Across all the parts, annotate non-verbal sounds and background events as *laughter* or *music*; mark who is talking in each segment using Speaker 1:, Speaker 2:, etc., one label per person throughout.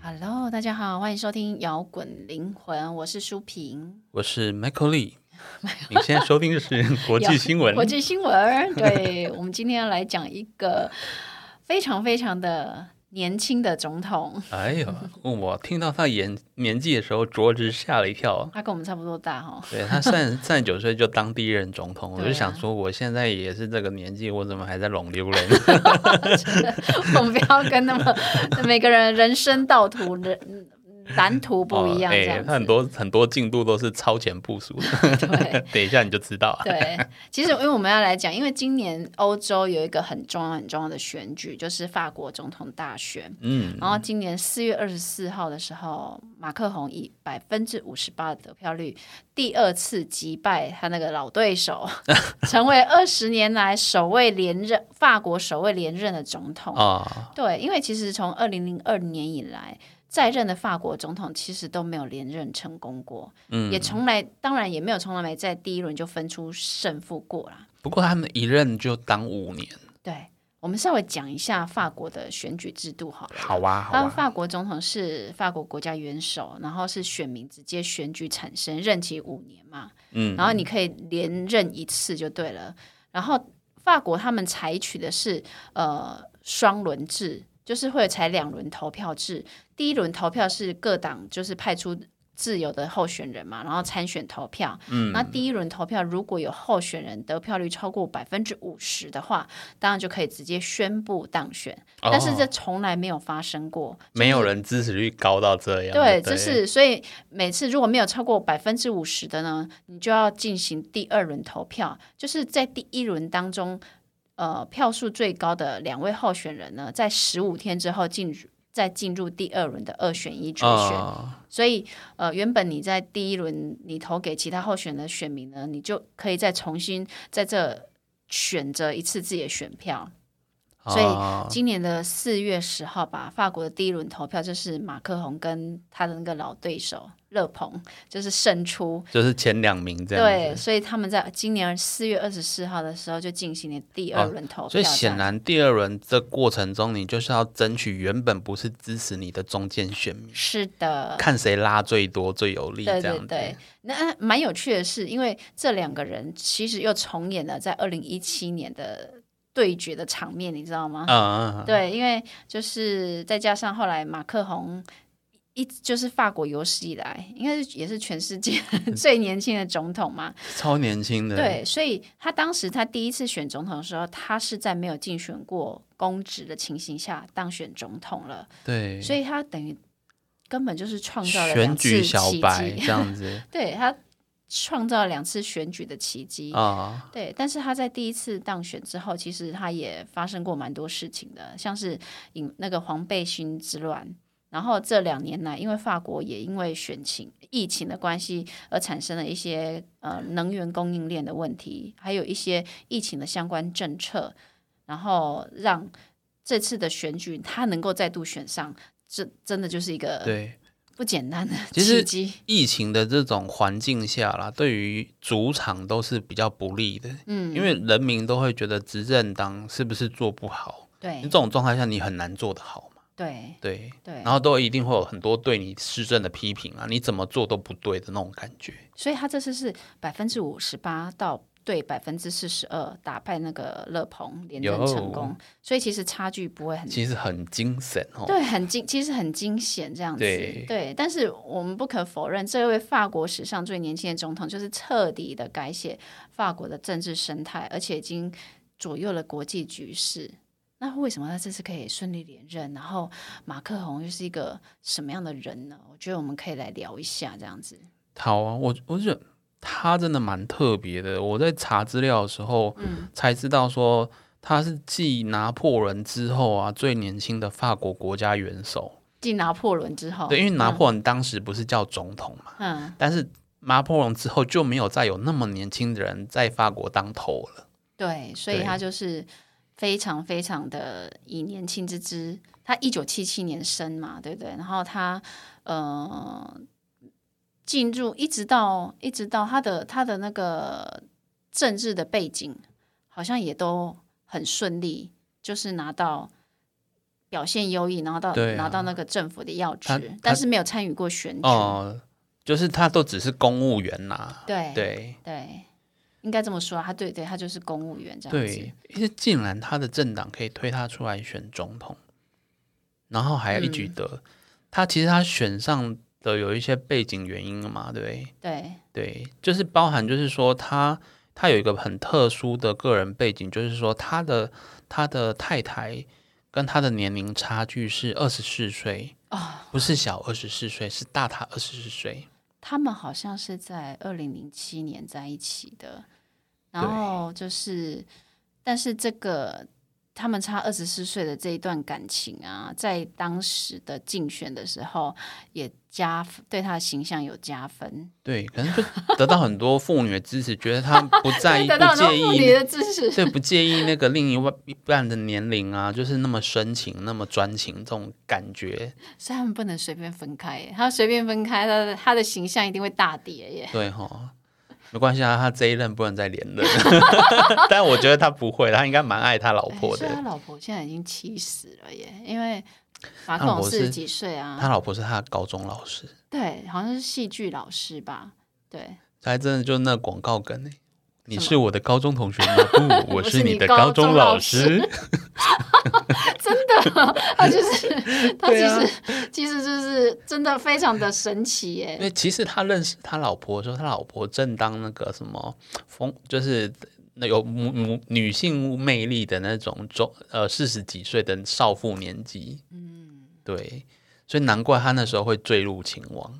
Speaker 1: Hello，大家好，欢迎收听《摇滚灵魂》，我是舒平。
Speaker 2: 我是
Speaker 1: *laughs*
Speaker 2: Michael Lee，你现在收听的是国际新闻
Speaker 1: 国。际新闻，对我们今天要来讲一个非常非常的年轻的总统，
Speaker 2: 哎呦，我听到他年年纪的时候，着实吓了一跳。
Speaker 1: 他跟我们差不多大哈、哦。 *laughs*
Speaker 2: 对他三三十九岁就当第一任总统，我
Speaker 1: 对啊
Speaker 2: 就想说，我现在也是这个年纪，我怎么还在拢溜人？
Speaker 1: 我们不要跟那么每个人人生道途人蓝图 *laughs* 不一样，
Speaker 2: 哦
Speaker 1: 这
Speaker 2: 哎
Speaker 1: 样子。
Speaker 2: 他很多很多进度都是超前部署
Speaker 1: *laughs*
Speaker 2: 的，
Speaker 1: 对
Speaker 2: 等一下你就知道。
Speaker 1: 对，其实因为我们要来讲，因为今年欧洲有一个很重要很重要的选举，就是法国总统大选。
Speaker 2: 嗯，
Speaker 1: 然后今年四月二十四号的时候，马克宏以百分之五十八的得票率，第二次击败他那个老对
Speaker 2: *laughs*
Speaker 1: 手，成为二十年来首位连任法国首位连任的总统。
Speaker 2: 啊、
Speaker 1: 对，因为其实从二零零二年以来，在任的法国总统其实都没有连任成功过，
Speaker 2: 嗯
Speaker 1: 也从来当然也没有从来没在第一轮就分出胜负过啦。
Speaker 2: 不过他们一任就当五年，
Speaker 1: 对，我们稍微讲一下法国的选举制度好了。
Speaker 2: 好啊，好
Speaker 1: 当
Speaker 2: 啊，
Speaker 1: 法国总统是法国国家元首，然后是选民直接选举产生，任期五年嘛，
Speaker 2: 嗯，
Speaker 1: 然后你可以连任一次就对了。然后法国他们采取的是呃双轮制，就是会采两轮投票制。第一轮投票是各党就是派出自由的候选人嘛，然后参选投票。
Speaker 2: 嗯
Speaker 1: 那第一轮投票如果有候选人得票率超过百分之五十的话，当然就可以直接宣布当选。啊
Speaker 2: 哦
Speaker 1: 但是这从来没有发生过，
Speaker 2: 没有人支持率高到这样，
Speaker 1: 对，
Speaker 2: 对
Speaker 1: 这是所以每次如果没有超过百分之五十的呢，你就要进行第二轮投票，就是在第一轮当中，呃，票数最高的两位候选人呢，在十五天之后进入再进入第二轮的二选一决选。
Speaker 2: 啊
Speaker 1: 所以，呃，原本你在第一轮你投给其他候选的选民呢，你就可以再重新在这选择一次自己的选票。所以
Speaker 2: 啊
Speaker 1: 今年的四月十号吧，法国的第一轮投票就是马克宏跟他的那个老对手勒庞就是胜出。
Speaker 2: 就是前两名这样子。
Speaker 1: 对，所以他们在今年四月二十四号的时候就进行了第二轮投票、
Speaker 2: 哦所以显然，第二轮这过程中，你就是要争取原本不是支持你的中间选民，
Speaker 1: 是的，
Speaker 2: 看谁拉最多、最有利
Speaker 1: 呃对
Speaker 2: 这
Speaker 1: 对
Speaker 2: 样子。
Speaker 1: 对，那蛮有趣的是，因为这两个人其实又重演了在二零一七年的对决的场面，你知道吗？
Speaker 2: 嗯，嗯，嗯
Speaker 1: 对，因为就是再加上后来马克宏一直就是法国有史以来，应该是也是全世
Speaker 2: *laughs*
Speaker 1: 界最年轻的总统嘛。
Speaker 2: 超年轻的，
Speaker 1: 对，所以他当时他第一次选总统的时候，他是在没有竞选过公职的情形下当选总统了，
Speaker 2: 对，
Speaker 1: 所以他等于根本就是创造了
Speaker 2: 嗯选
Speaker 1: 两次
Speaker 2: 举小
Speaker 1: 奇 *laughs*
Speaker 2: 白
Speaker 1: 迹。
Speaker 2: 这样子
Speaker 1: 对他创造了两次选举的奇迹。
Speaker 2: 啊，
Speaker 1: 对，但是他在第一次当选之后，其实他也发生过蛮多事情的，像是引那个黄背心之乱。然后这两年来，因为法国也因为选情、疫情的关系，而产生了一些呃能源供应链的问题，还有一些疫情的相关政策，然后让这次的选举他能够再度选上，这真的就是一个
Speaker 2: 对。
Speaker 1: 不简单的
Speaker 2: 其实
Speaker 1: 契机。
Speaker 2: 疫情的这种环境下啦，对于主场都是比较不利的，
Speaker 1: 嗯，
Speaker 2: 因为人民都会觉得执政党是不是做不好，
Speaker 1: 对
Speaker 2: 这种状态下你很难做得好嘛，
Speaker 1: 对
Speaker 2: 对。
Speaker 1: 对，
Speaker 2: 然后都一定会有很多对你施政的批评啊，你怎么做都不对的那种感觉。
Speaker 1: 所以他这次是百分之五十八到对百分之四十二打败那个勒鹏连任成功，所以其实差距不会很
Speaker 2: 其实很精神哦。
Speaker 1: 对，很惊，其实很惊险这样子。
Speaker 2: 对
Speaker 1: 但是我们不可否认，这位法国史上最年轻的总统就是彻底的改写法国的政治生态，而且已经左右了国际局势。那为什么他这次可以顺利连任？然后马克宏又是一个什么样的人呢？我觉得我们可以来聊一下这样子。
Speaker 2: 好啊，我我觉得他真的蛮特别的。我在查资料的时候，才知道说他是继拿破仑之后啊最年轻的法国国家元首。
Speaker 1: 继拿破仑之后，
Speaker 2: 对，因为拿破仑当时不是叫总统嘛，
Speaker 1: 嗯，
Speaker 2: 但是拿破仑之后就没有再有那么年轻的人在法国当头了。
Speaker 1: 对，所以
Speaker 2: 对
Speaker 1: 他就是非常非常的以年轻之姿。他一九七七年生嘛，对不对？然后他呃进入一直到一直到他的他的那个政治的背景，好像也都很顺利，就是拿到表现优异，然后到、
Speaker 2: 对啊
Speaker 1: 拿到那个政府的要
Speaker 2: 他
Speaker 1: 职，但是没有参与过选举。
Speaker 2: 哦、就是他都只是公务员呐、
Speaker 1: 对
Speaker 2: 对
Speaker 1: 对应该这么说啊。他对对，他就是公务员这样子。
Speaker 2: 对，因为竟然他的政党可以推他出来选总统，然后还要一
Speaker 1: 嗯
Speaker 2: 举得，他其实他选上的有一些背景原因了嘛，对不对？
Speaker 1: 对
Speaker 2: 对，就是包含就是说他他有一个很特殊的个人背景，就是说他的他的太太跟他的年龄差距是二十四岁，
Speaker 1: 哦，
Speaker 2: 不是小二十四岁，是大他二十四岁。
Speaker 1: 他们好像是在二零零七年在一起的，
Speaker 2: 对
Speaker 1: 然后就是，但是这个他们差二十四岁的这一段感情啊，在当时的竞选的时候也加对他的形象有加分，
Speaker 2: 对，可能就得到很多妇女的支持，觉得他不
Speaker 1: *laughs*
Speaker 2: 在意、
Speaker 1: 得到
Speaker 2: 不
Speaker 1: 很多
Speaker 2: 介
Speaker 1: 妇女
Speaker 2: 意，
Speaker 1: 的支持。 *laughs*
Speaker 2: *laughs* 对，不介意那个另一一半的年龄啊，就是那么深情、那么专情这种感觉。
Speaker 1: 所以他们不能随便分开耶，他随便分开，他的他的形象一定会大跌耶。
Speaker 2: 对哈，没关系啊，他这一任不能再连任， *laughs* 但我觉得他不会，他应该蛮爱他老婆
Speaker 1: 哎所以他
Speaker 2: 的。
Speaker 1: 老婆现在已经七十了耶，因为马
Speaker 2: 他
Speaker 1: 克
Speaker 2: 老
Speaker 1: 龙
Speaker 2: 婆
Speaker 1: 四十
Speaker 2: 是
Speaker 1: 几岁啊，
Speaker 2: 他老婆是他的高中老师，
Speaker 1: 对，好像是戏剧老师吧？对，
Speaker 2: 他还真的就是那个广告梗、欸、你
Speaker 1: 什么
Speaker 2: 是我的高中同学吗？
Speaker 1: *laughs*
Speaker 2: 不，我
Speaker 1: 我
Speaker 2: 是
Speaker 1: 是
Speaker 2: 你
Speaker 1: 你
Speaker 2: 的
Speaker 1: 高
Speaker 2: 高中
Speaker 1: 中
Speaker 2: 老
Speaker 1: 老
Speaker 2: 师。
Speaker 1: 真的， *laughs* 他就是他其
Speaker 2: 对
Speaker 1: 实、
Speaker 2: 啊
Speaker 1: 其实就是真的非常的神奇
Speaker 2: 因
Speaker 1: 耶。
Speaker 2: 为其实他认识他老婆的时候，他老婆正当那个什么风，就是那有母母女性魅力的那种中呃四十几岁的少妇年纪，嗯，对，所以难怪他那时候会坠入情网。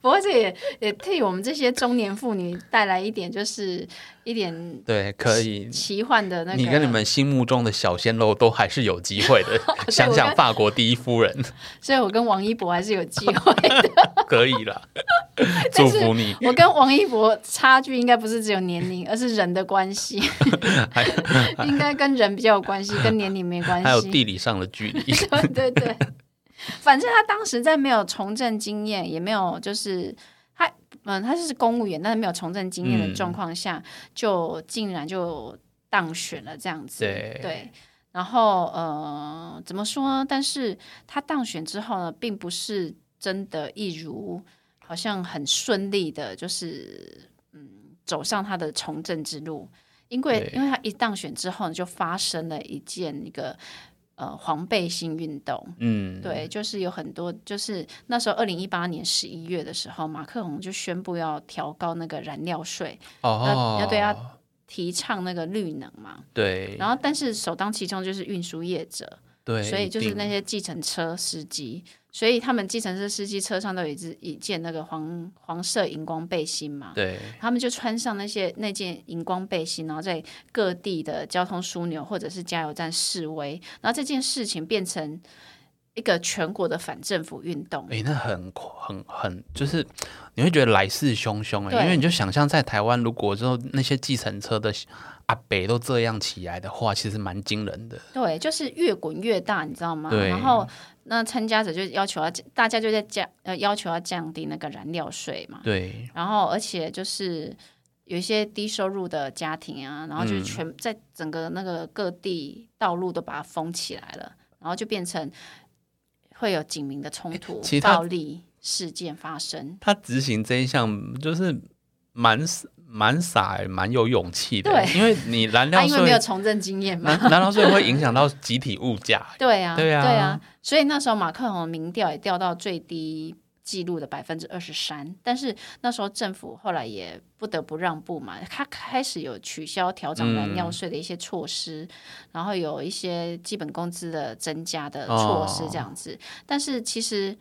Speaker 1: 不过这也也替我们这些中年妇女带来一点就是一点
Speaker 2: 对，可以，
Speaker 1: 奇幻的那个。
Speaker 2: 你跟你，们心目中的小鲜肉都还是有机
Speaker 1: *laughs*
Speaker 2: 会的。想想法国第一夫人，
Speaker 1: 所以我跟王一博还是有机会。 *laughs*
Speaker 2: 可以啦， *laughs*
Speaker 1: 但
Speaker 2: 祝
Speaker 1: 是
Speaker 2: 福你。
Speaker 1: 我跟王一博差距应该不是只有年龄，而是人的关系，
Speaker 2: 还
Speaker 1: 应该跟人比较有关系，跟年龄没关系。
Speaker 2: 还有地理上的距
Speaker 1: *laughs*
Speaker 2: 离，
Speaker 1: 对对对，
Speaker 2: *laughs*
Speaker 1: 反正他当时在没有从政经验，也没有就是他嗯，他是公务员，但是没有从政经验的
Speaker 2: 嗯
Speaker 1: 状况下，就竟然就当选了这样子。
Speaker 2: 对
Speaker 1: 然后呃，怎么说呢？但是他当选之后呢，并不是真的一如好像很顺利的，就是嗯，走上他的从政之路。因为
Speaker 2: 对
Speaker 1: 因为他一当选之后呢，就发生了一件一个呃黄背心运动。
Speaker 2: 嗯，
Speaker 1: 对，就是有很多，就是那时候二零一八年十一月的时候，马克龙就宣布要调高那个燃料税，
Speaker 2: 哦
Speaker 1: 要，对要提倡那个绿能嘛。
Speaker 2: 对
Speaker 1: 然后，但是首当其冲就是运输业者，
Speaker 2: 对，
Speaker 1: 所以就
Speaker 2: 一
Speaker 1: 是
Speaker 2: 定
Speaker 1: 那些计程车司机，所以他们计程车司机车上都有一只一件那个黄黄色荧光背心嘛。
Speaker 2: 对
Speaker 1: 他们就穿上那些那件荧光背心，然后在各地的交通枢纽或者是加油站示威，然后这件事情变成一个全国的反政府运动。
Speaker 2: 诶，那很恐很很，就是你会觉得来势汹汹诶，
Speaker 1: 对
Speaker 2: 因为你就想象在台湾，如果之后那些计程车的阿北都这样起来的话，其实蛮惊人的。
Speaker 1: 对，就是越滚越大，你知道吗？
Speaker 2: 对
Speaker 1: 然后那参加者就要求要大家就在降呃要求要降低那个燃料税嘛，
Speaker 2: 对
Speaker 1: 然后而且就是有一些低收入的家庭啊，然后
Speaker 2: 嗯
Speaker 1: 就是全、在整个那个各地道路都把它封起来了，然后就变成会有警民的冲突、
Speaker 2: 其实他
Speaker 1: 暴力事件发生。啊
Speaker 2: 他执行这一项，就是蛮蛮傻诶，蛮有勇气的，
Speaker 1: 对
Speaker 2: 啊因为你 *laughs* 燃
Speaker 1: 他、
Speaker 2: 料
Speaker 1: 因为没有
Speaker 2: 税，
Speaker 1: 从政经验嘛，
Speaker 2: 燃燃料税会影响到集体物 *laughs* 价。
Speaker 1: 对啊，
Speaker 2: 对啊
Speaker 1: 所以那时候马克龙民调也掉到最低记录的百分之二十三，但是那时候政府后来也不得不让步嘛，他开始有取消调整燃料税的一些措施，然后有一些基本工资的增加的措施这样
Speaker 2: 哦
Speaker 1: 子，但是其实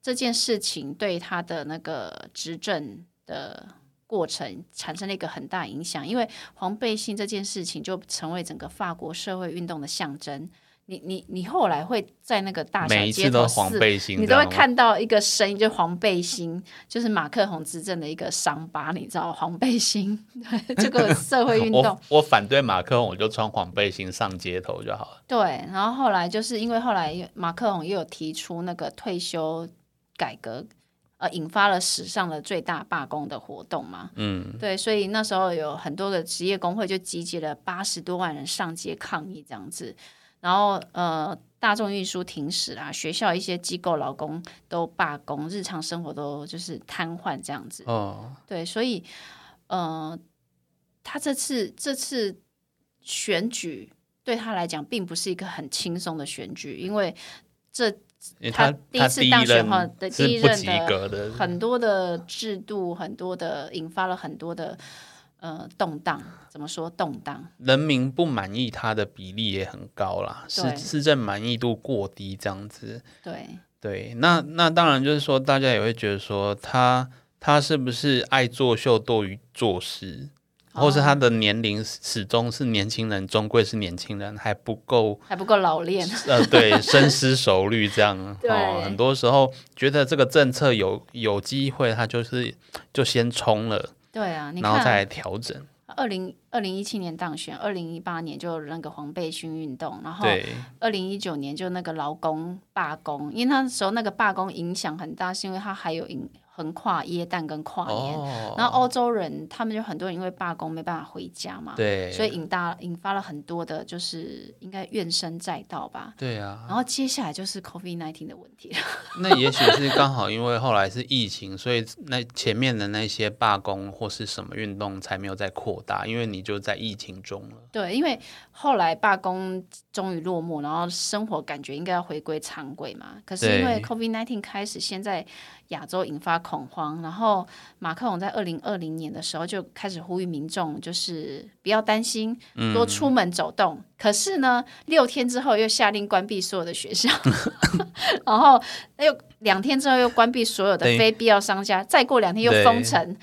Speaker 1: 这件事情对他的那个执政的。过程产生了一个很大影响，因为黄背心这件事情就成为整个法国社会运动的象征。你你你后来会在那个大小
Speaker 2: 每一
Speaker 1: 街
Speaker 2: 次
Speaker 1: 头
Speaker 2: 都是黄
Speaker 1: 四
Speaker 2: 背心，
Speaker 1: 你
Speaker 2: 这
Speaker 1: 都会
Speaker 2: 样吗
Speaker 1: 看到一个身影，就是黄背心，就是马克宏执政的一个伤疤，你知道黄背心，对这个社会
Speaker 2: *laughs*
Speaker 1: 运动
Speaker 2: 哦我。我反对马克龙，我就穿黄背心上街头就好了。
Speaker 1: 对，然后后来就是因为后来马克宏又有提出那个退休改革，呃，引发了史上的最大罢工的活动嘛。
Speaker 2: 嗯，
Speaker 1: 对，所以那时候有很多的职业工会就集结了八十多万人上街抗议这样子。然后呃，大众运输停驶啦，学校一些机构劳工都罢工，日常生活都就是瘫痪这样子。
Speaker 2: 哦，
Speaker 1: 对，所以呃，他这次这次选举对他来讲，并不是一个很轻松的选举，因为这
Speaker 2: 因为
Speaker 1: 他第一
Speaker 2: 他
Speaker 1: 次
Speaker 2: 第一
Speaker 1: 当选
Speaker 2: 任
Speaker 1: 后的
Speaker 2: 是
Speaker 1: 第一
Speaker 2: 不
Speaker 1: 任
Speaker 2: 及
Speaker 1: 的
Speaker 2: 格的，
Speaker 1: 很多的制度，很多的引发了很多的呃动荡。怎么说动荡？
Speaker 2: 人民不满意他的比例也很高啦，市
Speaker 1: 对
Speaker 2: 市政满意度过低这样子。
Speaker 1: 对，
Speaker 2: 对，那那当然就是说，大家也会觉得说他他是不是爱作秀多于做事，或是他的年龄始终是年轻人，终归是年轻人，还不够
Speaker 1: 还不够老练。 *laughs*
Speaker 2: 呃，对，深思熟虑这样
Speaker 1: 对
Speaker 2: 哦。很多时候觉得这个政策有有机会，他就是就先冲了，
Speaker 1: 对啊，你
Speaker 2: 然后
Speaker 1: 看
Speaker 2: 再来调整。
Speaker 1: 二零二零一七年当选，二零一八年就那个黄背心运动，然后
Speaker 2: 对，
Speaker 1: 二零一九年就那个劳工罢工，因为那时候那个罢工影响很大，是因为它还有影横跨耶诞跟跨年，
Speaker 2: 哦，
Speaker 1: 然后欧洲人他们就很多人因为罢工没办法回家嘛，
Speaker 2: 对，
Speaker 1: 所以引大引发了很多的，就是应该怨声载道吧。
Speaker 2: 对啊，
Speaker 1: 然后接下来就是 COVID nineteen 的问题了，
Speaker 2: 那也许是刚好因为后来是疫情，所以那前面的那些罢工或是什么运动才没有再扩大，因为你就在疫情中了。
Speaker 1: 对，因为后来罢工终于落幕，然后生活感觉应该要回归常轨嘛。可是因为
Speaker 2: 对
Speaker 1: COVID nineteen 开始，现在亚洲引发恐慌，然后马克龙在二零二零年的时候就开始呼吁民众，就是不要担心，
Speaker 2: 嗯
Speaker 1: 多出门走动。可是呢，六天之后又下令关闭所有的
Speaker 2: *laughs*
Speaker 1: 学校，然后又两天之后又关闭所有的
Speaker 2: 对
Speaker 1: 非必要商家，再过两天又封城。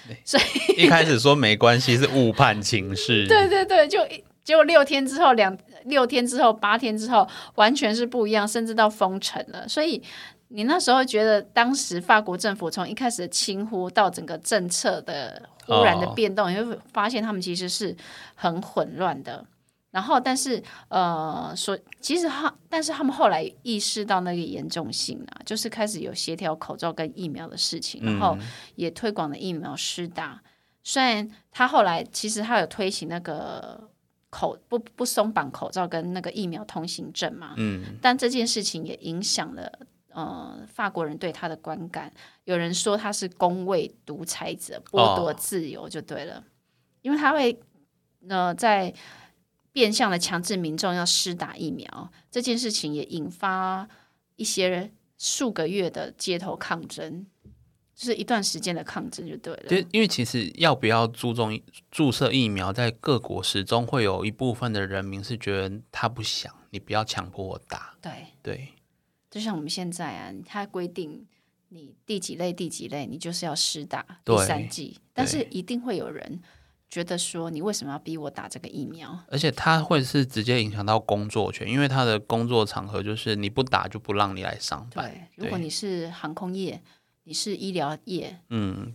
Speaker 2: 一开始说没关系是误判情势，
Speaker 1: 对对对，就一结果六天之后，两六天之后，八天之后，完全是不一样，甚至到封城了。所以你那时候觉得，当时法国政府从一开始的轻忽到整个政策的忽然的
Speaker 2: 哦
Speaker 1: 变动，你会发现他们其实是很混乱的。然后，但是呃，所其实他，但是他们后来意识到那个严重性啊，就是开始有协调口罩跟疫苗的事情，然后也推广了疫苗施打。虽然他后来其实他有推行那个口不不松绑口罩跟那个疫苗通行证嘛，
Speaker 2: 嗯，
Speaker 1: 但这件事情也影响了呃法国人对他的观感。有人说他是工位独裁者，剥夺自由就对了，因为他会呃在变相的强制民众要施打疫苗这件事情，也引发一些数个月的街头抗争。就是一段时间的抗争就对了，
Speaker 2: 就因为其实要不要注重注射疫苗，在各国始终会有一部分的人民是觉得他不想，你不要强迫我打。
Speaker 1: 对，
Speaker 2: 对，
Speaker 1: 就像我们现在啊，它规定你第几类第几类，你就是要施打
Speaker 2: 对
Speaker 1: 第三剂，但是一定会有人觉得说，你为什么要逼我打这个疫苗？
Speaker 2: 而且他会是直接影响到工作权，因为他的工作场合就是你不打就不让你来上班。
Speaker 1: 对，如果你是航空业，你是医疗业，
Speaker 2: 嗯，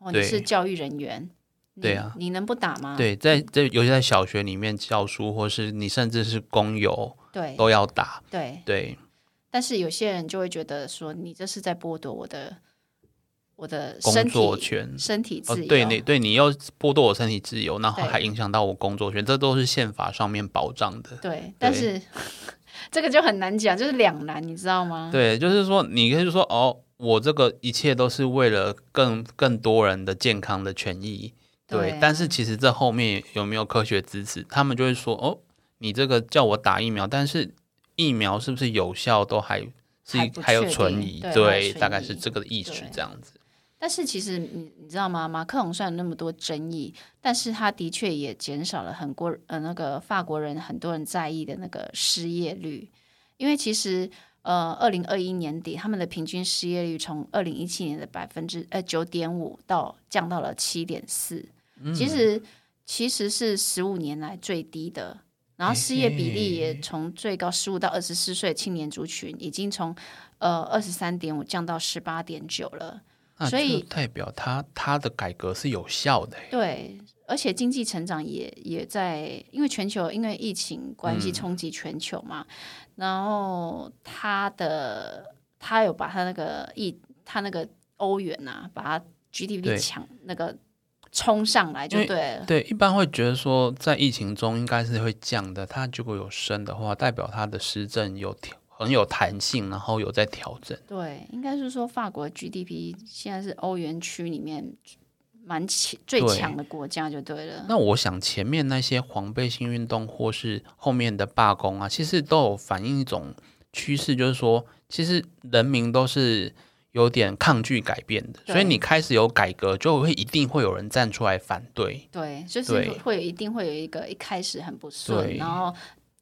Speaker 1: 哦，
Speaker 2: 对
Speaker 1: 你是教育人员，你
Speaker 2: 对啊
Speaker 1: 你能不打吗？
Speaker 2: 对，在这尤其在小学里面教书，或是你甚至是工友
Speaker 1: 对
Speaker 2: 都要打。
Speaker 1: 对，
Speaker 2: 对，
Speaker 1: 但是有些人就会觉得说，你这是在剥夺我的我的
Speaker 2: 工
Speaker 1: 身
Speaker 2: 作
Speaker 1: 体
Speaker 2: 权。
Speaker 1: 身体
Speaker 2: 哦
Speaker 1: 自由，，
Speaker 2: 对你，对你又剥夺我身体自由，然后
Speaker 1: 对
Speaker 2: 还影响到我工作权，这都是宪法上面保障的。
Speaker 1: 对，但是 *laughs* 这个就很难讲，就是两难，你知道吗？
Speaker 2: 对，就是说，你可以说哦，我这个一切都是为了更更多人的健康的权益。对，
Speaker 1: 对啊
Speaker 2: 但是其实这后面有没有科学支持？他们就会说哦，你这个叫我打疫苗，但是疫苗是不是有效都还是
Speaker 1: 还不
Speaker 2: 还有
Speaker 1: 确
Speaker 2: 存
Speaker 1: 定
Speaker 2: 疑。
Speaker 1: 对还有存
Speaker 2: 大概是
Speaker 1: 疑
Speaker 2: 这个意思
Speaker 1: 对
Speaker 2: 这样子。
Speaker 1: 但是其实你你知道吗？马克龙虽然有那么多争议，但是他的确也减少了很多呃那个法国人很多人在意的那个失业率，因为其实呃二零二一年底他们的平均失业率从二零一七年的百分之呃九点五到降到了七点四，其实其实是十五年来最低的。然后失业比例也从最高十五到二十四岁青年族群，已经从呃二十三点五降到十八点九了。
Speaker 2: 那
Speaker 1: 所
Speaker 2: 这
Speaker 1: 以
Speaker 2: 代表他他的改革是有效的欸。
Speaker 1: 对，而且经济成长也也在，因为全球因为疫情关
Speaker 2: 嗯
Speaker 1: 系冲击全球嘛，然后他的他有把他那个疫他那个欧元啊，把它 GDP
Speaker 2: 对
Speaker 1: 抢那个冲上来就
Speaker 2: 因为
Speaker 1: 对了。
Speaker 2: 对，一般会觉得说，在疫情中应该是会降的，它如果有升的话，代表它的施政有调，很有弹性，然后有在调整。
Speaker 1: 对，应该是说法国 GDP 现在是欧元区里面蛮强最
Speaker 2: 对
Speaker 1: 强的国家就对了。
Speaker 2: 那我想前面那些黄背心运动或是后面的罢工啊，其实都有反映一种趋势，就是说，其实人民都是有点抗拒改变的，
Speaker 1: 对
Speaker 2: 所以你开始有改革，就会一定会有人站出来反对。
Speaker 1: 对，就是
Speaker 2: 对
Speaker 1: 会有一定会有一个一开始很不顺，
Speaker 2: 对
Speaker 1: 然后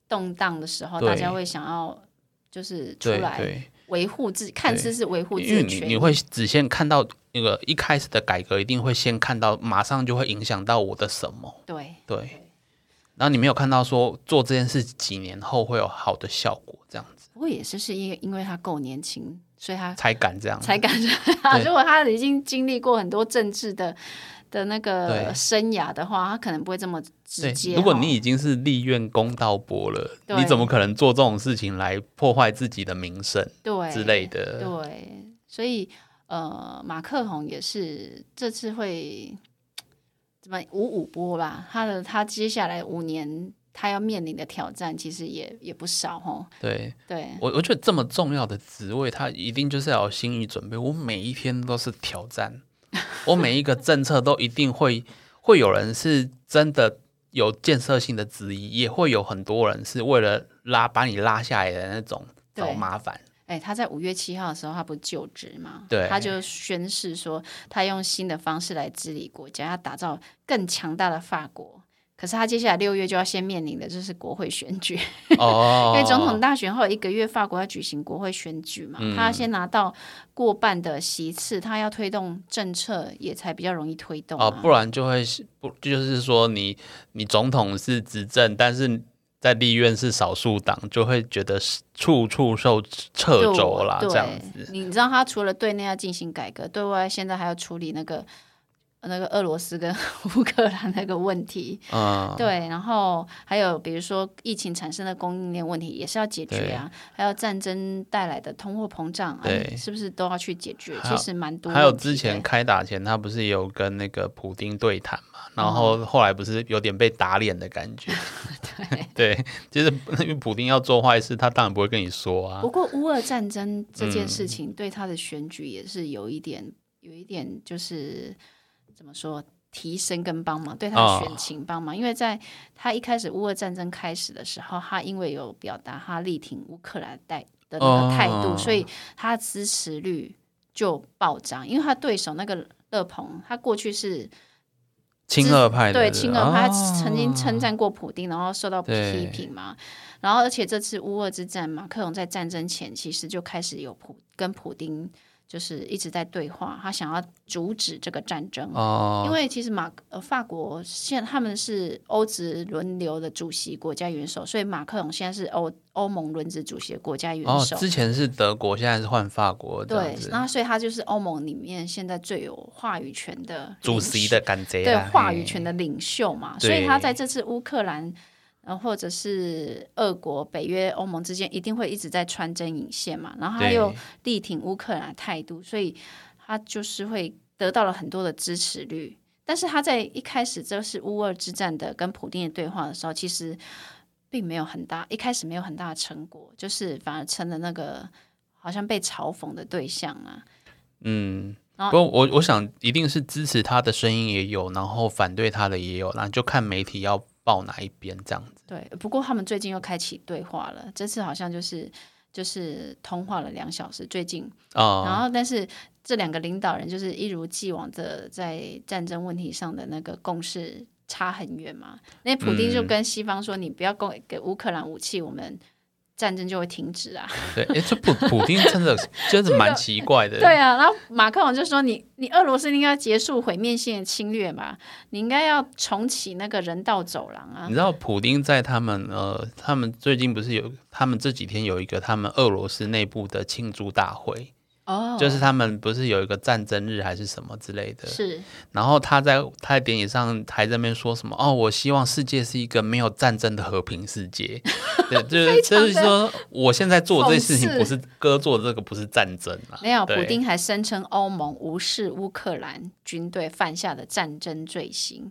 Speaker 1: 动荡的时候，
Speaker 2: 对
Speaker 1: 大家会想要就是出
Speaker 2: 对
Speaker 1: 来
Speaker 2: 对，
Speaker 1: 维护自，看似是维护自
Speaker 2: 因为
Speaker 1: 己的
Speaker 2: 你
Speaker 1: 权
Speaker 2: 你
Speaker 1: 益。
Speaker 2: 会只先看到那个一开始的改革，一定会先看到，马上就会影响到我的什么，
Speaker 1: 对
Speaker 2: 对。然后你没有看到说做这件事几年后会有好的效果，这样子
Speaker 1: 不过也是是因为因为他够年轻，所以他
Speaker 2: 才敢这样子。
Speaker 1: 才敢这
Speaker 2: *laughs*
Speaker 1: 样。
Speaker 2: 对
Speaker 1: 如果他已经经历过很多政治的的那个
Speaker 2: 对
Speaker 1: 生涯的话，他可能不会这么直
Speaker 2: 对
Speaker 1: 接。
Speaker 2: 如果
Speaker 1: 哦
Speaker 2: 你已经是立院公道伯了，
Speaker 1: 对
Speaker 2: 你怎么可能做这种事情来破坏自己的名声
Speaker 1: 对
Speaker 2: 之类的？
Speaker 1: 对，所以呃，马克宏也是这次会怎么五五波吧？他的他接下来五年他要面临的挑战其实也也不少哦。
Speaker 2: 对
Speaker 1: 对
Speaker 2: 我，我觉得这么重要的职位，他一定就是要有心理准备。我每一天都是挑战，我每一个政策都一定会会有人是真的有建设性的质疑，也会有很多人是为了拉把你拉下来的那种找
Speaker 1: 对
Speaker 2: 麻烦。
Speaker 1: 哎，他在五月七号的时候，他不是就职嘛？
Speaker 2: 对
Speaker 1: 他就宣誓说，他用新的方式来治理国家，要打造更强大的法国。可是他接下来六月就要先面临的就是国会选举， *laughs*
Speaker 2: 哦
Speaker 1: 因，为总统大选后有一个月，法国要举行国会选举嘛，
Speaker 2: 嗯
Speaker 1: 他要先拿到过半的席次，他要推动政策，也才比较容易推动
Speaker 2: 哦，
Speaker 1: 啊
Speaker 2: 不然就会是不就是说你你总统是执政，但是在立院是少数党，就会觉得是处处受掣肘啦，
Speaker 1: 对
Speaker 2: 这样子。
Speaker 1: 你知道他除了对内要进行改革，对外现在还要处理那个呃那个俄罗斯跟乌克兰那个问题，
Speaker 2: 嗯，
Speaker 1: 对，然后还有比如说疫情产生的供应链问题也是要解决啊，还有战争带来的通货膨胀，哎
Speaker 2: 对
Speaker 1: 是不是都要去解决？
Speaker 2: 还
Speaker 1: 其
Speaker 2: 有
Speaker 1: 实蛮多问题的。
Speaker 2: 还有之前开打前，他不是也有跟那个普丁对谈嘛？
Speaker 1: 哦
Speaker 2: 然后后来不是有点被打脸的感
Speaker 1: *laughs*
Speaker 2: 觉？对， *laughs* 其实因为普丁要做坏事，他当然不会跟你说啊嗯
Speaker 1: 不。过乌俄战争这件事情对他的选举也是有一点，有一点就是怎么说提升跟帮忙，对他的
Speaker 2: 哦
Speaker 1: 选情帮忙。因为在他一开始乌俄战争开始的时候，他因为有表达他力挺乌克兰带的那个态度，
Speaker 2: 哦
Speaker 1: 所以他的支持率就暴涨。因为他对手那个勒鹏，他过去是
Speaker 2: 亲俄派的
Speaker 1: 对
Speaker 2: 不
Speaker 1: 亲俄派，他
Speaker 2: 哦
Speaker 1: 曾经称赞过普丁，然后受到批
Speaker 2: 对
Speaker 1: 评嘛。然后，而且这次乌俄之战，马克龙在战争前其实就开始有普跟普丁就是一直在对话，他想要阻止这个战争。因
Speaker 2: 哦，
Speaker 1: 为其实马呃法国现他们是欧职轮流的主席国家元首，所以马克龙现在是欧欧盟轮值主席的国家元
Speaker 2: 哦，
Speaker 1: 首。
Speaker 2: 之前是德国，现在是换法国，这样
Speaker 1: 对，
Speaker 2: 子。
Speaker 1: 那所以他就是欧盟里面现在最有话语权的
Speaker 2: 主
Speaker 1: 领
Speaker 2: 席
Speaker 1: 袖
Speaker 2: 的感觉
Speaker 1: 对
Speaker 2: 啦，
Speaker 1: 话
Speaker 2: 啊嘿
Speaker 1: 语权的领袖嘛，所以他在这次乌克兰，呃，或者是俄国、北约、欧盟之间，一定会一直在穿针引线嘛。然后他
Speaker 2: 对
Speaker 1: 又力挺乌克兰的态度，所以他就是会得到了很多的支持率。但是他在一开始这是乌俄之战的跟普丁的对话的时候，其实并没有很大，一开始没有很大的成果，就是反而成了那个好像被嘲讽的对象啊。
Speaker 2: 嗯，
Speaker 1: 然后
Speaker 2: 不过我我想一定是支持他的声音也有，然后反对他的也有，然后就看媒体要报哪一边这样子。
Speaker 1: 对，不过他们最近又开启对话了，这次好像就是就是通话了两小时，最近，然
Speaker 2: 啊、
Speaker 1: 后但是这两个领导人就是一如既往的在战争问题上的那个共识差很远嘛。那普丁就
Speaker 2: 嗯
Speaker 1: 跟西方说，你不要供给乌克兰武器，我们战争就会停止啊。
Speaker 2: 对，哎，这普普丁真的真的蛮奇怪的。
Speaker 1: *laughs* 对啊，然后马克龙就说你你俄罗斯应该结束毁灭性的侵略嘛，你应该要重启那个人道走廊啊
Speaker 2: 你。知道普丁在他们呃，他们最近不是有他们这几天有一个他们俄罗斯内部的庆祝大会，
Speaker 1: 哦，
Speaker 2: 就是他们不是有一个战争日还是什么之类的，
Speaker 1: 是
Speaker 2: 然后他在他在典礼上还在那边说什么哦，我希望世界是一个没有战争的和平世
Speaker 1: *laughs*
Speaker 2: 界，对，就是就是说我现在做这些事情不是哥做这个不是战争啊，
Speaker 1: 没有，
Speaker 2: 对
Speaker 1: 普丁还声称欧盟无视乌克兰军队犯下的战争罪行，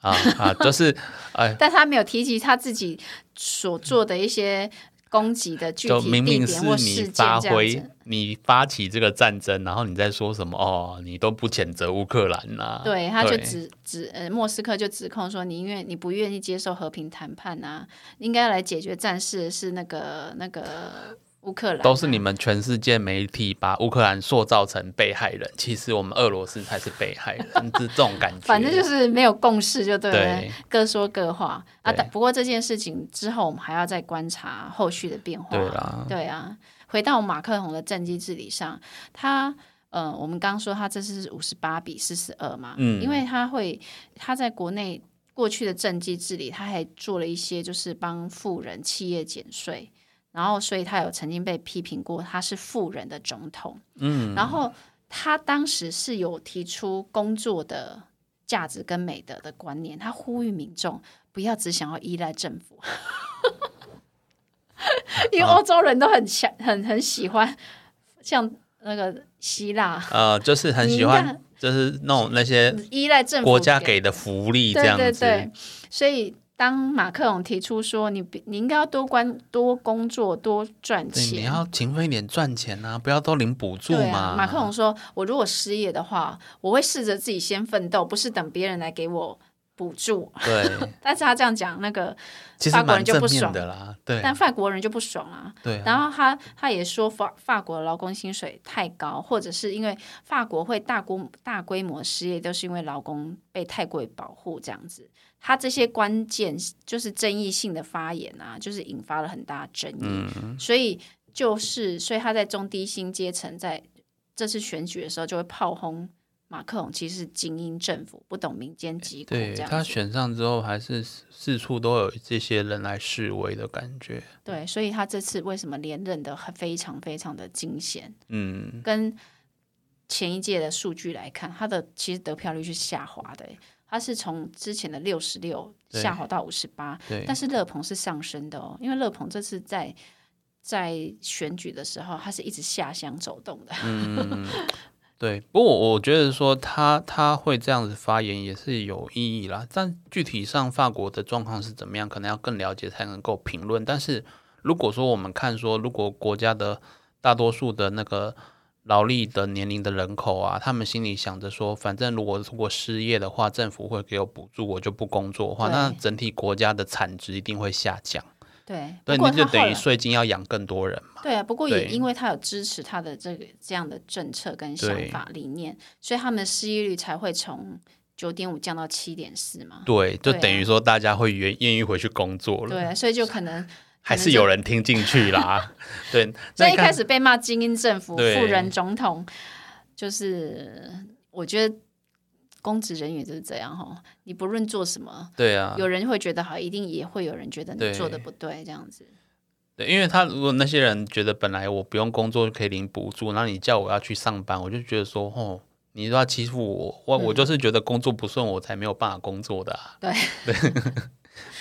Speaker 2: 啊啊，就是哎，
Speaker 1: 但他没有提及他自己所做的一些攻击的具
Speaker 2: 就
Speaker 1: 体
Speaker 2: 明
Speaker 1: 地
Speaker 2: 明
Speaker 1: 点
Speaker 2: 是
Speaker 1: 或
Speaker 2: 你
Speaker 1: 事件
Speaker 2: 发
Speaker 1: 这样
Speaker 2: 挥
Speaker 1: 子。
Speaker 2: 你发起这个战争，然后你在说什么哦，你都不谴责乌克兰呐、
Speaker 1: 对，他就指指呃，莫斯科就指控说，你因为你不愿意接受和平谈判啊，应该来解决战事的是那个那个乌克兰啊、
Speaker 2: 都是你们全世界媒体把乌克兰塑造成被害人，其实我们俄罗斯才是被害人，是这种感觉。
Speaker 1: 反正就是没有共识，就对了，
Speaker 2: 对
Speaker 1: 各说各话啊。
Speaker 2: 对
Speaker 1: 但不过这件事情之后，我们还要再观察后续的变化。
Speaker 2: 对啦
Speaker 1: 对啊。回到马克宏的政绩治理上，他呃，我们刚说他这次是五十八比四十二嘛，
Speaker 2: 嗯
Speaker 1: 因为他会他在国内过去的政绩治理，他还做了一些就是帮富人企业减税。然后，所以他有曾经被批评过，他是富人的总统。嗯，然后他当时是有提出工作的价值跟美德的观念，他呼吁民众不要只想要依赖政府，因为欧洲人都很强，很很喜欢像那个希腊
Speaker 2: 呃，就是很喜
Speaker 1: 你
Speaker 2: 欢，就是弄那些
Speaker 1: 依赖政府
Speaker 2: 国家给的福利这样
Speaker 1: 对
Speaker 2: 子。
Speaker 1: 对对，所以当马克龙提出说你你应该要多关多工作多赚
Speaker 2: 对你
Speaker 1: 钱，
Speaker 2: 要勤奋一点赚钱啊，不要都领补助
Speaker 1: 对
Speaker 2: 嘛。
Speaker 1: 啊，马克龙说：“我如果失业的话，我会试着自己先奋斗，不是等别人来给我补助。
Speaker 2: 对，”
Speaker 1: 但是他这样讲，那个
Speaker 2: 其
Speaker 1: 法
Speaker 2: 实
Speaker 1: 国人
Speaker 2: 蛮
Speaker 1: 就不
Speaker 2: 正面
Speaker 1: 爽
Speaker 2: 的啦。对
Speaker 1: 但法国人就不爽啊。
Speaker 2: 对啊，
Speaker 1: 然后他他也说法法国劳工薪水太高，或者是因为法国会大规大规模失业，都是因为劳工被太过于保护这样子。他这些关键就是争议性的发言啊，就是引发了很大的争议。
Speaker 2: 嗯
Speaker 1: 所以就是，所以他在中低薪阶层在这次选举的时候就会炮轰马克龙，其实是精英政府不懂民间疾苦
Speaker 2: 对
Speaker 1: 哦这
Speaker 2: 他
Speaker 1: 样子。
Speaker 2: 选上之后，还是四处都有这些人来示威的感觉。
Speaker 1: 对，所以他这次为什么连任的非常非常的惊险？
Speaker 2: 嗯，
Speaker 1: 跟前一届的数据来看，他的其实得票率是下滑的欸，他是从之前的六十六
Speaker 2: 对
Speaker 1: 下滑到五十八，
Speaker 2: 对
Speaker 1: 但，是乐鹏是上升的哦，因为乐鹏这次在在选举的时候，他是一直下乡走动的，
Speaker 2: 嗯对。不过我我觉得说他他会这样子发言也是有意义啦，但具体上法国的状况是怎么样，可能要更了解才能够评论。但是如果说我们看说，如果国家的大多数的那个劳力的年龄的人口啊，他们心里想着说，反正如果如果失业的话，政府会给我补助，我就不工作的话，
Speaker 1: 对
Speaker 2: 那整体国家的产值一定会下降。
Speaker 1: 对，
Speaker 2: 对，
Speaker 1: 不过
Speaker 2: 那就
Speaker 1: 他后
Speaker 2: 等于
Speaker 1: 来。
Speaker 2: 税金要养更多人嘛。
Speaker 1: 对啊，不过也
Speaker 2: 对
Speaker 1: 因为他有支持他的这个这样的政策跟想
Speaker 2: 对
Speaker 1: 法理念，所以他们的失业率才会从九点五降到七点四嘛。
Speaker 2: 对，就
Speaker 1: 对啊
Speaker 2: 等于说大家会愿愿意回去工作了，
Speaker 1: 对啊，所以就可能
Speaker 2: 还是有人听进去
Speaker 1: *laughs*
Speaker 2: 啦。对，
Speaker 1: 所
Speaker 2: 那
Speaker 1: 以一
Speaker 2: 你看
Speaker 1: 开始被骂精英政府、
Speaker 2: 对
Speaker 1: 富人总统，就是我觉得公职人员就是这样哈。你不论做什么，
Speaker 2: 对啊，
Speaker 1: 有人会觉得好，一定也会有人觉得你
Speaker 2: 对
Speaker 1: 做的不对，这样子。
Speaker 2: 对，因为他如果那些人觉得本来我不用工作就可以领补助，那你叫我要去上班，我就觉得说，哦，你都要欺负我，我、我就是觉得工作不顺，我才没有办法工作的、啊。
Speaker 1: 嗯
Speaker 2: *laughs*
Speaker 1: 对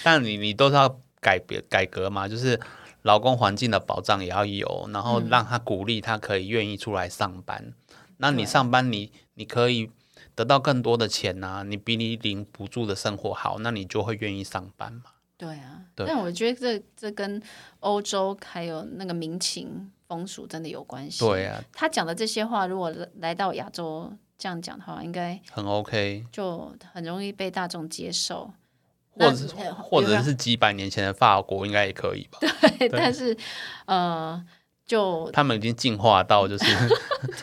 Speaker 2: 但你你都是要改变改革嘛，就是劳工环境的保障也要有，然
Speaker 1: 嗯
Speaker 2: 后让他鼓励他可以愿意出来上班。那你
Speaker 1: 对
Speaker 2: 上班你你可以得到更多的钱呐、你比你领补助的生活好，那你就会愿意上班嘛。
Speaker 1: 对啊，
Speaker 2: 对
Speaker 1: 但我觉得这这跟欧洲还有那个民情风俗真的有关系。
Speaker 2: 对啊，
Speaker 1: 他讲的这些话，如果来到亚洲这样讲的话，应该
Speaker 2: 很 OK。
Speaker 1: 就很容易被大众接受。
Speaker 2: 或
Speaker 1: 那
Speaker 2: 者是
Speaker 1: 呃
Speaker 2: 或
Speaker 1: 有没
Speaker 2: 者
Speaker 1: 有
Speaker 2: 是几百年前的法国应该也可以 *laughs* 吧？
Speaker 1: *laughs* 对，但是呃，就
Speaker 2: 他们已经进化到就是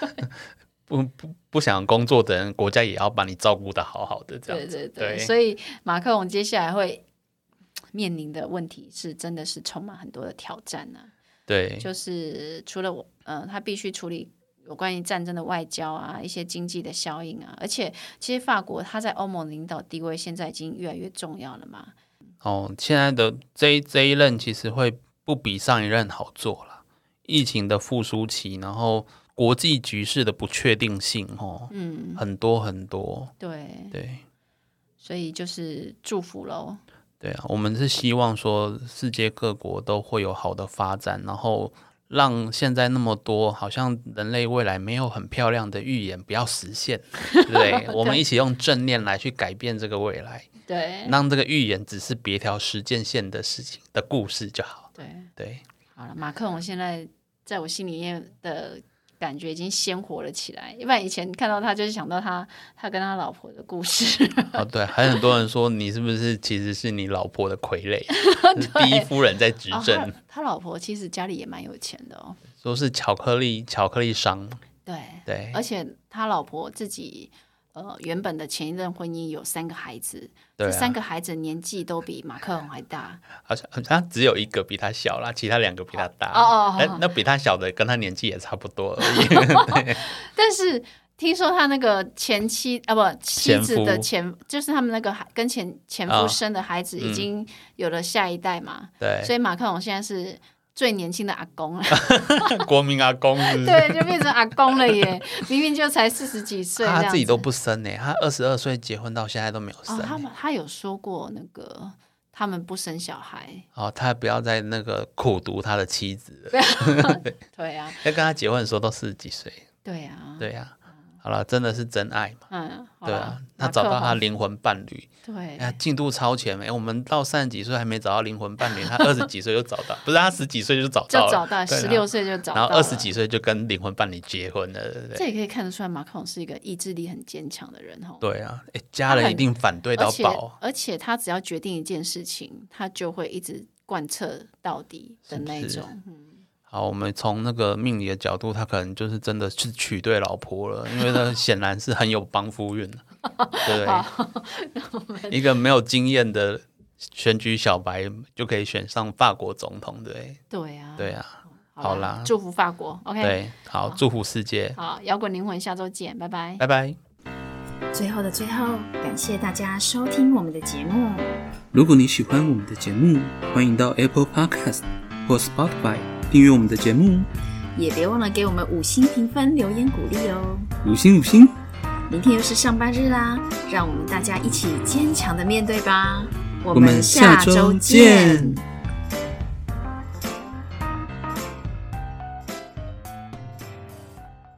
Speaker 2: *laughs* 不不不想工作的人，国家也要把你照顾的好好的这
Speaker 1: 对
Speaker 2: 样子。
Speaker 1: 对对，
Speaker 2: 对
Speaker 1: 所以马克龙接下来会面临的问题是，真的是充满很多的挑战呢、
Speaker 2: 对
Speaker 1: 就是除了我，呃，他必须处理有关于战争的外交啊，一些经济的效应啊，而且其实法国它在欧盟领导地位现在已经越来越重要了嘛。
Speaker 2: 哦，现在的这一这一任其实会不比上一任好做了。疫情的复苏期，然后国际局势的不确定性哦，嗯，很多很多，
Speaker 1: 对，
Speaker 2: 对
Speaker 1: 所以就是祝福喽。
Speaker 2: 对啊，我们是希望说世界各国都会有好的发展，然后让现在那么多好像人类未来没有很漂亮的预言不要实现，对
Speaker 1: *laughs*
Speaker 2: 不对，我们一起用正念来去改变这个未来，
Speaker 1: 对
Speaker 2: 让这个预言只是别条时间线的事情的故事就好。
Speaker 1: 对，
Speaker 2: 对，
Speaker 1: 好了，马克龙现在在我心里面的感觉已经鲜活了起来。一般以前看到他，就是想到他他跟他老婆的故事。
Speaker 2: 哦对，还有很多人说你是不是其实是你老婆的傀
Speaker 1: *laughs*
Speaker 2: 儡，是第一夫人在执
Speaker 1: 哦
Speaker 2: 政，
Speaker 1: 他他老婆其实家里也蛮有钱的哦。
Speaker 2: 说是巧克力巧克力商，
Speaker 1: 对，
Speaker 2: 对，
Speaker 1: 而且他老婆自己呃原本的前一任婚姻有三个孩子，
Speaker 2: 对啊
Speaker 1: 这三个孩子年纪都比马克龙还大。
Speaker 2: 好像好像只有一个比他小啦，其他两个比他大。
Speaker 1: 哦哦哦
Speaker 2: 那
Speaker 1: 哦
Speaker 2: 那比他小的跟他年纪也差不多而
Speaker 1: *laughs*
Speaker 2: 已。
Speaker 1: 但是听说他那个前妻啊，不，妻子的
Speaker 2: 前
Speaker 1: 前
Speaker 2: 夫
Speaker 1: 就是他们那个孩跟前前
Speaker 2: 啊
Speaker 1: 夫生的孩子已经有了下一代嘛，
Speaker 2: 对，
Speaker 1: 所以马克龙现在是最年轻的阿公了，
Speaker 2: *laughs* 国民阿公是不是
Speaker 1: 对，就变成阿公了耶，明明就才四十几岁这样
Speaker 2: 啊他
Speaker 1: 子，
Speaker 2: 自己都不生呢、他二十二岁结婚到现在都没有生
Speaker 1: 哦，
Speaker 2: 欸、
Speaker 1: 他们他有说过那个他们不生小孩，
Speaker 2: 哦，他不要再那个苦读他的妻子了。
Speaker 1: 对啊，
Speaker 2: 要跟他结婚的时候都四十几岁，
Speaker 1: 对啊，
Speaker 2: 对呀、好了，真的是真爱嘛？
Speaker 1: 嗯，好
Speaker 2: 对
Speaker 1: 啦
Speaker 2: 啊，他找到他，灵魂伴侣，
Speaker 1: 马克宏
Speaker 2: 哎
Speaker 1: 对
Speaker 2: 呀，进度超前哎、我们到三十几岁还没找到灵魂伴侣，他二十几岁就找
Speaker 1: *laughs*
Speaker 2: 到，不是他十几岁就找
Speaker 1: 就
Speaker 2: 到了，
Speaker 1: 找到
Speaker 2: 对啊
Speaker 1: 十六岁就找到，
Speaker 2: 然后二十。几岁就跟灵魂伴侣结婚了，对不对？
Speaker 1: 这也可以看得出来，马克龙是一个意志力很坚强的人哦。
Speaker 2: 对啊，诶家人一定反对
Speaker 1: 而
Speaker 2: 到
Speaker 1: 且
Speaker 2: 爆，
Speaker 1: 而且他只要决定一件事情，他就会一直贯彻到底的那一
Speaker 2: 是
Speaker 1: 种。嗯
Speaker 2: 好，我们从那个命理的角度，他可能就是真的是娶对老婆了，因为他显然是很有帮夫运的，
Speaker 1: *laughs*
Speaker 2: 对不对？一个没有经验的选举小白就可以选上法国总统，对
Speaker 1: 对啊，
Speaker 2: 对啊，
Speaker 1: 好
Speaker 2: 好啦
Speaker 1: 祝福法国。OK，
Speaker 2: 对，好，祝福世界，
Speaker 1: 好，摇滚灵魂，下周见，拜拜。
Speaker 2: 拜拜。
Speaker 3: 最后的最后，感谢大家收听我们的节目。
Speaker 4: 如果你喜欢我们的节目，欢迎到 Apple Podcast 或 Spotify 订阅我们的节目，
Speaker 3: 也别忘了给我们五星评分、留言鼓励哦。
Speaker 4: 五星五星。
Speaker 3: 明天又是上班日啦，让我们大家一起坚强的面对吧。我
Speaker 4: 我们
Speaker 3: 们下
Speaker 4: 下周
Speaker 3: 周
Speaker 4: 见
Speaker 3: 见。